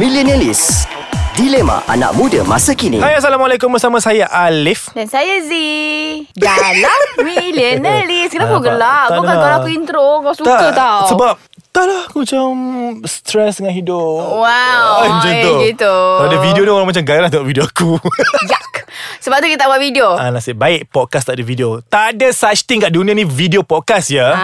Millennialis Dilema anak muda masa kini Hai Assalamualaikum bersama saya Alif Dan saya Z Dalam Millionaires Kenapa Ah, gelak tak Kau nak. kan kalau aku intro Kau suka tau Sebab Tak lah aku macam Stres dengan hidup Wow Ah, Macam eh, tu gitu Kalau ada video ni orang macam gairah tengok video aku Yak Sebab tu kita buat video Ah, nasib baik podcast tak ada video Tak ada such thing kat dunia ni Video podcast ya Ah.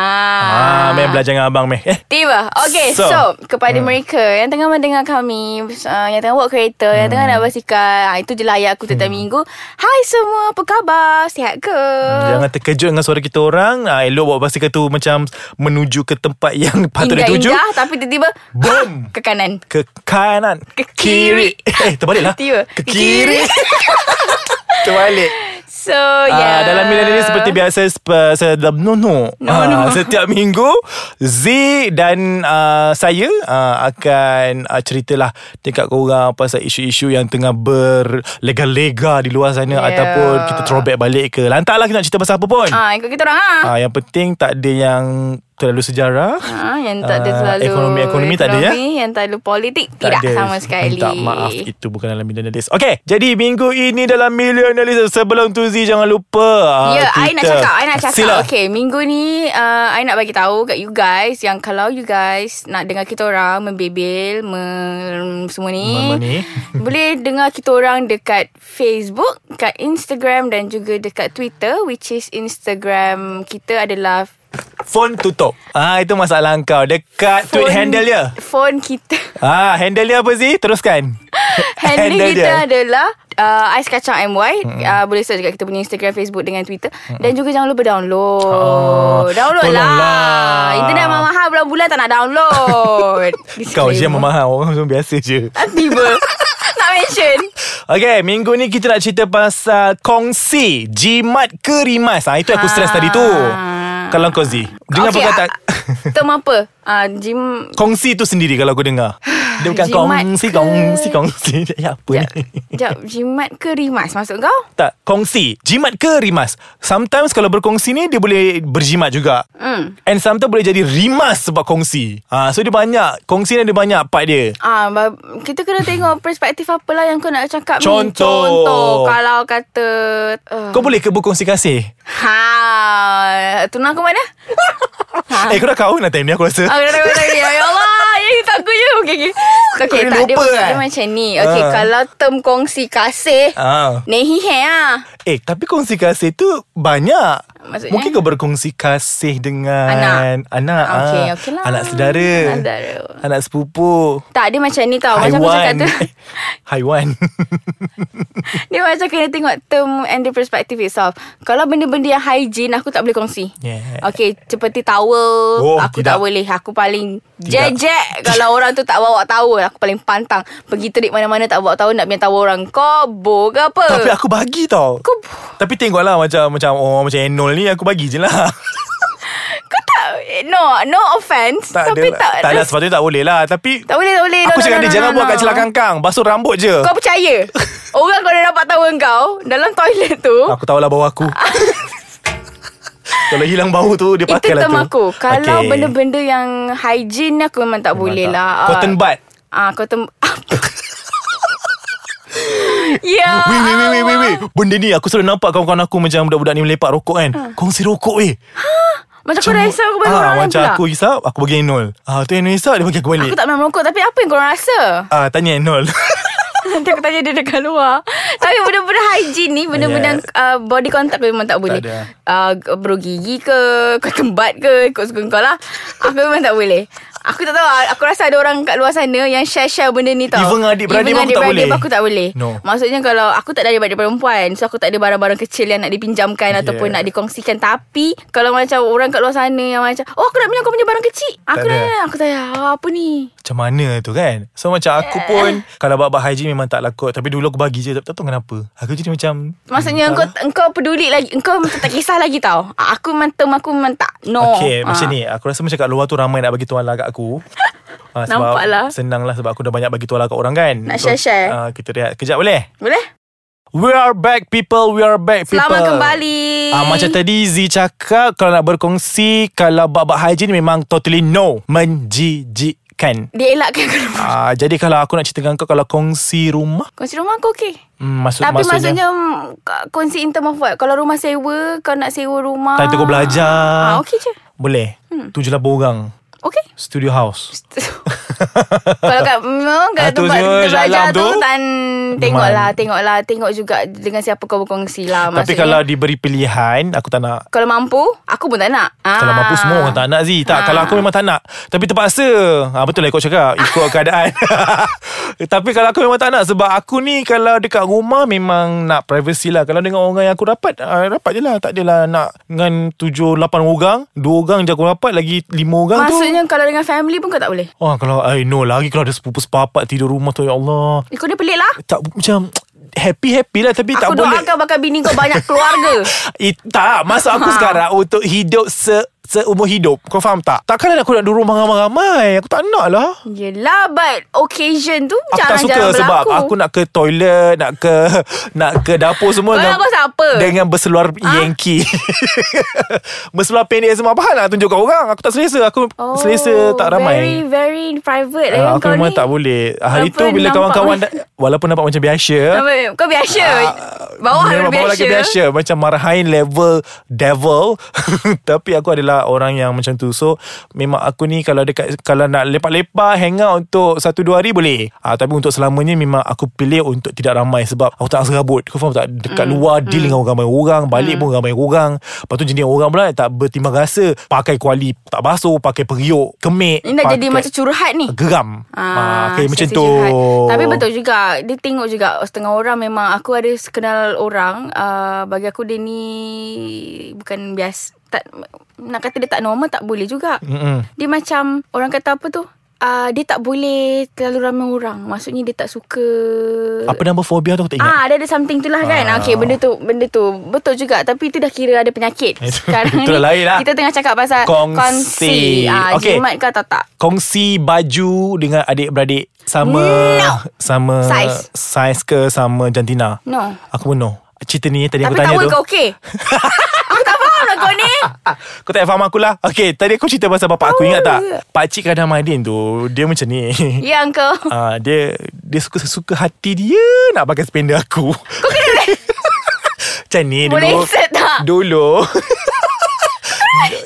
ah Hmm. Meh belajar dengan abang Meh eh, Tiba Okay So. so, so Kepada mereka Yang tengah mendengar kami uh, Yang tengah buat kereta Yang tengah Hmm. nak basikal ha, Itu je layak aku setiap minggu Hai semua Apa khabar Sihat ke Jangan terkejut dengan suara kita orang ah, Elok bawa basikal tu macam Menuju ke tempat yang patut dituju Indah-indah Tapi tiba-tiba Boom. Ke kanan Ke kanan Ke kiri. Eh terbaliklah Tiba. Ke kiri Terbalik So Ah, yeah dalam Millennial ni seperti biasa sep- eh, se- no no. Ya. No, Ah, no. Setiap minggu Z dan uh, saya uh, akan uh, ceritalah dekat korang pasal isu-isu yang tengah berlega-lega di luar sana Yeah. ataupun kita throwback balik ke. Lantaklah kita nak cerita pasal apa pun. Ah. Ya. Ah, ikut kita orang ah. Uh, yang penting tak ada yang terlalu sejarah. Ah, yang tak ada Ah, terlalu ekonomi-ekonomi tak ada, ya? ekonomi, Yang tak ada politik Tak Tidak ada. sama sekali Minta maaf Itu bukan dalam Millionaires Okay Jadi minggu ini dalam Millionaires Sebelum tu Z jangan lupa ah, Ya, I nak Twitter. cakap, I nak cakap. Sila Okay, minggu ni uh, I nak bagi tahu kat you guys yang kalau you guys nak dengar kita orang membebel, me, semua ni, Mama ni. boleh dengar kita orang dekat Facebook, kat Instagram dan juga dekat Twitter which is Instagram kita adalah Phone tutup Ah Itu masalah kau Dekat phone. tweet handle dia Phone kita Ah, handle dia apa sih? Teruskan Handle kita adalah uh, Ais Kacang MY Hmm. mm-hmm. uh, Boleh search dekat kita punya Instagram Facebook dengan Twitter mm-hmm. Dan juga jangan lupa download Oh, oh, Download tolonglah. lah Internet memang mahal Bulan-bulan tak nak download Kau je Disclaimer. yang memaham Orang semua biasa je Tiba Nak mention Okay Minggu ni kita nak cerita pasal Kongsi Jimat ke rimas ah, Itu aku stress Ah. tadi tu Kalau kau Z Dengar okay, perkataan uh, Term apa uh, Jim Kongsi tu sendiri Kalau aku dengar Dia bukan Jimat kongsi ke- Kongsi Kongsi Ya apa Jap, ni jap Jimat ke rimas Maksud kau tak, kongsi Jimat ke rimas Sometimes kalau berkongsi ni Dia boleh berjimat juga Hmm And sometimes boleh jadi rimas sebab kongsi. Ha, so dia banyak. Kongsi ni ada banyak part dia. Ah, ba- kita kena tengok perspektif apalah yang kau nak cakap ni. Contoh. Contoh. Kalau kata... Uh, Kau boleh ke berkongsi kasih? Ha, tunang ke mana? Eh, kau dah kahwin lah time ni aku Ah, rasa. dah dah dah Ya ya Allah, ya tak aku je. Okey okey. Okey, Kau tak dia, lupa, dia, eh? macam ni. Okey, Ah. kalau term kongsi kasih, Ah. nehi he ah. Eh, tapi kongsi kasih tu banyak. Maksudnya? Mungkin kau berkongsi kasih dengan Anak. anak. Ah, okey, ah. okey lah. Anak saudara. Anak saudara. Anak sepupu. Tak, dia macam ni tau. Macam aku cakap Haiwan. tu. Haiwan. Dia macam kena tengok term and the perspective itself. Kalau benda-benda yang hygiene, aku tak boleh kongsi. Yeah. Okay, seperti towel. Oh, aku tidak. tak boleh. Aku paling Tidak. jejek kalau orang tu tak bawa towel. Aku paling pantang. Pergi terik mana-mana tak bawa towel. Nak punya towel orang kobo ke apa. Tapi aku bagi tau. Kau Tapi tengoklah macam macam orang macam Enol ni aku bagi je lah. Kau tak eh, No No offense Tak ada Tapi lah. tak Tak ada sebab tu tak boleh lah. Tapi Tak boleh tak boleh lah, Aku cakap dia jangan buat kat celah kangkang Basuh rambut je Kau percaya Orang kau dah dapat tahu kau Dalam toilet tu Aku tahulah bau aku Kalau hilang bau tu Dia Itu pakai lah tu term aku Kalau Okey. benda-benda yang Hygiene ni aku memang tak Memang boleh tak. lah Cotton bud Ah, cotton Apa Ya Weh weh weh weh weh weh Benda ni aku selalu nampak Kawan-kawan aku macam Budak-budak ni melepak rokok kan Kongsi rokok weh Macam kau dah risau Ah. Aku bagi Ah, orang lain Macam pula aku hisap Aku bagi Enol ah, Tu Enol hisap Dia bagi aku balik Aku tak pernah merokok Tapi apa yang korang rasa ah, Tanya Enol Nanti aku tanya dia dekat luar Tapi benda-benda hygiene ni Benda-benda Yes. uh, body contact memang tak boleh ada. uh, Bro gigi ke Kau tembat ke Kau suka kau lah Aku memang tak boleh Aku tak tahu Aku rasa ada orang kat luar sana Yang share-share benda ni tau Even adik-beradik pun aku tak adik-beradik boleh. pun aku tak boleh No. Maksudnya kalau Aku tak ada adik-beradik perempuan So aku tak ada barang-barang kecil Yang nak dipinjamkan Yeah. Ataupun nak dikongsikan Tapi Kalau macam orang kat luar sana Yang macam Oh aku nak pinjam kau punya barang kecil Aku ada. nak Aku tanya oh, Apa ni Macam mana tu kan So macam aku pun Kalau bab-bab hygiene memang tak lakot Tapi dulu aku bagi je Tak tak tahu kenapa Aku jadi macam Maksudnya tak engkau lah. engkau peduli lagi Engkau macam tak kisah lagi tau Ah, Aku mentem aku memang tak No Okay Ah. macam ni Aku rasa macam kat luar tu Ramai nak bagi tuala kat aku ha, Nampak lah. Senang lah sebab aku dah banyak bagi tuala kat orang kan Nak share-share? ah, Kita rehat Kejap boleh? Boleh? We are back people We are back people Selamat kembali Ah, macam tadi Z cakap Kalau nak berkongsi Kalau bab-bab hygiene Memang totally no Menjijikkan dielakkan. Dielakkan kalau Uh, jadi kalau aku nak cerita dengan kau kalau kongsi rumah Kongsi rumah aku okey hmm, maksud Tapi maksudnya, maksudnya, maksudnya Kongsi in term of what Kalau rumah sewa Kau nak sewa rumah time tu kau belajar. ah, Okey je Boleh. Hmm. Tu je lah orang. Okey Studio house. Kalau kat mm, Kat Ah, tu je, tempat kita belajar Shah Alam tu tu. tan, Tengok Memang. lah Tengok lah Tengok juga Dengan siapa kau berkongsi lah Tapi maksudnya. kalau diberi pilihan, aku tak nak Kalau mampu Aku pun tak nak ah. Kalau mampu semua orang tak nak Zee Tak, Ah. kalau aku memang tak nak Tapi terpaksa ha, Betul lah ikut cakap Ikut keadaan Tapi kalau aku memang tak nak Sebab aku ni Kalau dekat rumah Memang nak privacy lah Kalau dengan orang yang aku rapat ah, Rapat je lah Tak adalah nak Dengan tujuh, lapan orang Dua orang je aku rapat Lagi lima orang tu Maksudnya kalau dengan family pun kau tak boleh Wah kalau I know Lagi kalau ada sepupu sepapat Tidur rumah tu Ya Allah Ikut dia pelik lah Tak macam Happy-happy lah Tapi tak Aku boleh doakan bakal bini kau banyak keluarga It, tak Maksud aku Ha. sekarang Untuk hidup se Seumur hidup Kau faham tak Takkan aku nak duduk rumah ramai-ramai Aku tak nak lah Yelah but Occasion tu Aku tak suka Jangan-jangan berlaku sebab Aku nak ke toilet Nak ke Nak ke dapur semua Orang kau siapa? Dengan berseluar ha? Yankee Berseluar pendek semua Apa hal nak tunjuk kat orang Aku tak selesa Aku oh, selesa tak ramai Very very private Ah, lah Aku kau memang ni. tak boleh Hari tu Walaupun bila nampak- kawan-kawan da- Walaupun nampak macam biasa Nampak- Kau biasa Eh, Bawah Ah, Memang lebih biasa bawah lagi biasa Macam marahain level Devil Tapi aku adalah orang yang macam tu So Memang aku ni Kalau dekat Kalau nak lepak-lepak Hang out untuk Satu dua hari boleh ah, Tapi untuk selamanya Memang aku pilih Untuk tidak ramai Sebab aku tak serabut Kau faham tak Dekat mm. luar Deal dengan ramai orang Balik mm. pun ramai orang Lepas tu jenis orang pula Tak bertimbang rasa Pakai kuali Tak basuh Pakai periuk Kemik Ini dah pakai jadi macam curhat ni Geram ah, okay, Macam sesi tu curhat. Tapi betul juga Dia tengok juga oh, Setengah orang memang Aku ada kenal orang uh, Bagi aku dia ni Bukan biasa tak, Nak kata dia tak normal Tak boleh juga Mm-mm. Dia macam Orang kata apa tu uh, Dia tak boleh Terlalu ramai orang Maksudnya dia tak suka Apa nama fobia tu aku tak ingat Ah, ada ada something tu lah kan. Ah. Ah. Okay, benda tu benda tu betul juga tapi itu dah kira ada penyakit. Itu- itu dah lain lah. Kita tengah cakap pasal Kongsi. Ah, Okey. jimat ke atau tak? kongsi baju dengan adik-beradik sama No. sama Saiz. size ke sama jantina. No. Aku pun no. Cerita ni tadi Tapi aku tanya tahu tu. kau okey. aku tak faham lah kau ni. Ah, kau tak faham aku lah. Okay, tadi aku cerita pasal bapak aku ingat Oh. tak? Pakcik Kadam Aidin tu, dia macam ni. Ya kau. Ah, dia dia suka suka hati dia nak pakai spender aku. Kau kena Macam ni dulu. Boleh insert tak? Dulu.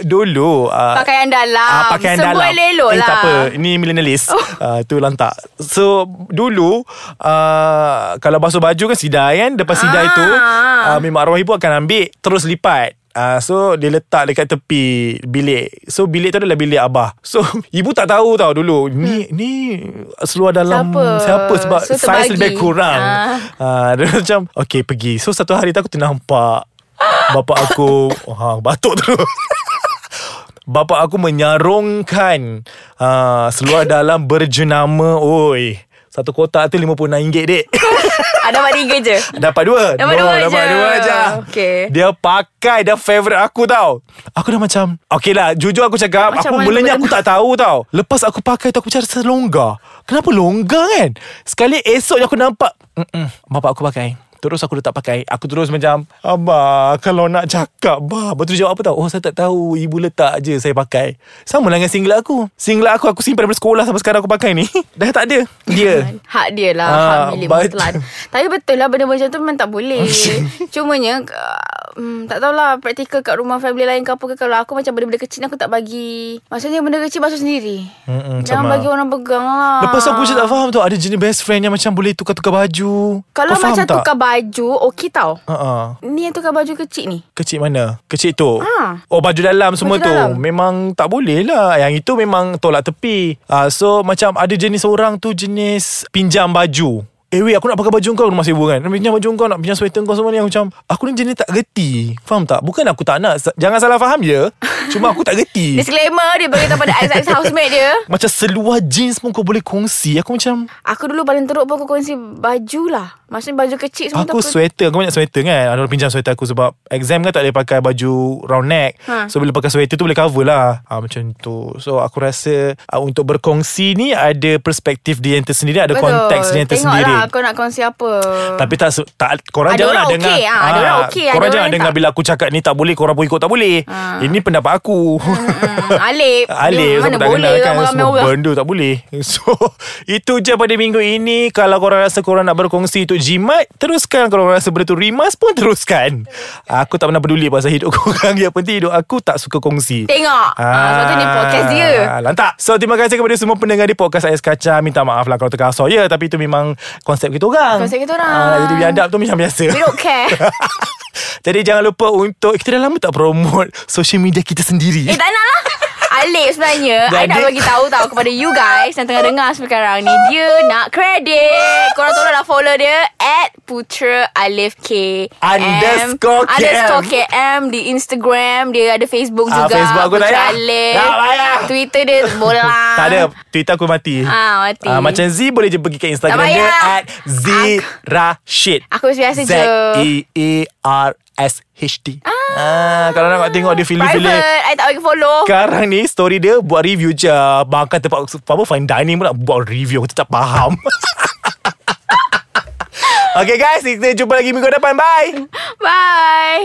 dulu ah, Pakaian dalam. Ah, pakaian Sebuah dalam elok eh, lah. Tak apa Ini millennialist oh. uh, Tu lantak So Dulu uh, Kalau basuh baju kan sidai kan Lepas sidai Ah. tu uh, Memang arwah ibu akan ambil Terus lipat Uh, so dia letak dekat tepi bilik So bilik tu adalah bilik abah So ibu tak tahu tau dulu Ni ni seluar dalam Siapa? siapa Sebab So, saiz terbagi. lebih kurang uh, Ah. Dia macam Okay pergi So satu hari tu aku ternampak Bapak aku ha, Batuk terus Bapa aku menyarungkan uh, seluar dalam berjenama oi. Satu kotak tu RM59 dek. Ada dapat Ah, tiga je. dapat dua. Dapat dua dapat je. dua je. Okey. Dia pakai dia favorite aku tau. Aku dah macam okay lah jujur aku cakap Macam aku mana mulanya aku benda tak tahu tau. Lepas aku pakai tu aku macam rasa longgar. Kenapa longgar kan? Sekali esok aku nampak Mm-mm, bapa aku pakai. Terus aku letak pakai Aku terus macam Abah Kalau nak cakap Bah Lepas tu dia jawab apa tau Oh saya tak tahu Ibu letak je Saya pakai Sama lah dengan singlet aku Singlet aku Aku simpan daripada sekolah Sampai sekarang aku pakai ni Dah tak ada Dia Hak dia lah Ah, Hak milik baju. mutlak Tapi betul lah Benda macam tu memang tak Oh, boleh Cumanya um, Tak tahulah Praktikal kat rumah Family lain ke apa ke Kalau aku macam benda-benda kecil ni Aku tak bagi Maksudnya benda kecil Masuk sendiri Mm-mm, Jangan sama. bagi orang pegang lah Lepas tu aku macam tak faham tu Ada jenis best friend Yang macam boleh tukar-tukar baju Kalau Kau faham macam tak? tukar baju Okey tau uh-uh. Ni yang tukar baju kecil ni Kecil mana? Kecil tu Ah. Oh baju dalam semua Baju tu dalam. Memang tak boleh lah Yang itu memang tolak tepi uh, So macam ada jenis orang tu Jenis pinjam baju Eh weh aku nak pakai baju kau rumah sewa kan Nak pinjam baju kau Nak pinjam sweater kau semua ni Aku macam Aku ni jenis tak gerti Faham tak Bukan aku tak nak Sa- Jangan salah faham ya Cuma aku tak gerti Disclaimer Dia beritahu pada ex-ex housemate dia Macam seluar jeans pun kau boleh kongsi Aku macam Aku dulu paling teruk pun Aku kongsi baju lah Maksudnya baju kecil semua tu Aku sweater Aku banyak sweater kan Ada orang pinjam sweater aku Sebab exam kan tak boleh pakai baju round neck ha. Ha. So bila pakai sweater tu boleh cover lah ha, Macam tu So ah, aku rasa uh, Untuk berkongsi ni Ada perspektif dia yang tersendiri Ada konteks dia yang Tengok tersendiri lah lah Kau nak kongsi apa Tapi tak, se- tak korang Ada janganlah orang dengar. okey, ah, ada orang okey, ada korang orang jangan yang dengar tak. bila aku cakap ni tak boleh, korang pun ikut tak boleh. Ah. Ini pendapat aku. hmm, Alip Ah, Alif Mana sama tak boleh lah kenal kan Ramai-ramai Semua orang benda tak boleh So Itu je pada minggu ini Kalau korang rasa korang nak berkongsi Untuk jimat Teruskan Kalau korang rasa benda tu rimas pun teruskan Aku tak pernah peduli Pasal hidup korang Yang penting hidup aku Tak suka kongsi Tengok ah, Sebab tu ni podcast dia Ah, Lantak So terima kasih kepada semua pendengar Di podcast Ais Kacang Minta maaf lah kalau terkasar Ya tapi itu memang Konsep kita orang Konsep kita orang. Ah, Jadi biadab tu macam biasa We don't care Jadi jangan lupa untuk Kita dah lama tak promote Social media kita sendiri Eh tak nak lah Alif sebenarnya I Jadi- nak bagi tahu tau Kepada you guys Yang tengah dengar sekarang ni Dia nak kredit Korang tolonglah follow dia At Putra Alif K M. Underscore KM. Underscore KM Di Instagram Dia ada Facebook Ah, juga Facebook aku tak Putra payah. Alif Tak payah. Twitter dia boleh lah Tak ada Twitter aku mati Ah, mati. Ah, Macam Z boleh je pergi kat Instagram Tak dia payah. At Zirashid E Aku biasa je Z-E-E-R-S-H-D ah, Kalau nak tengok dia Private filem-filem I tak bagi follow sekarang ni story dia buat review je Ah, Makan tempat apa fine dining pun nak buat review Aku tak faham Okay guys Kita jumpa lagi minggu depan Bye Bye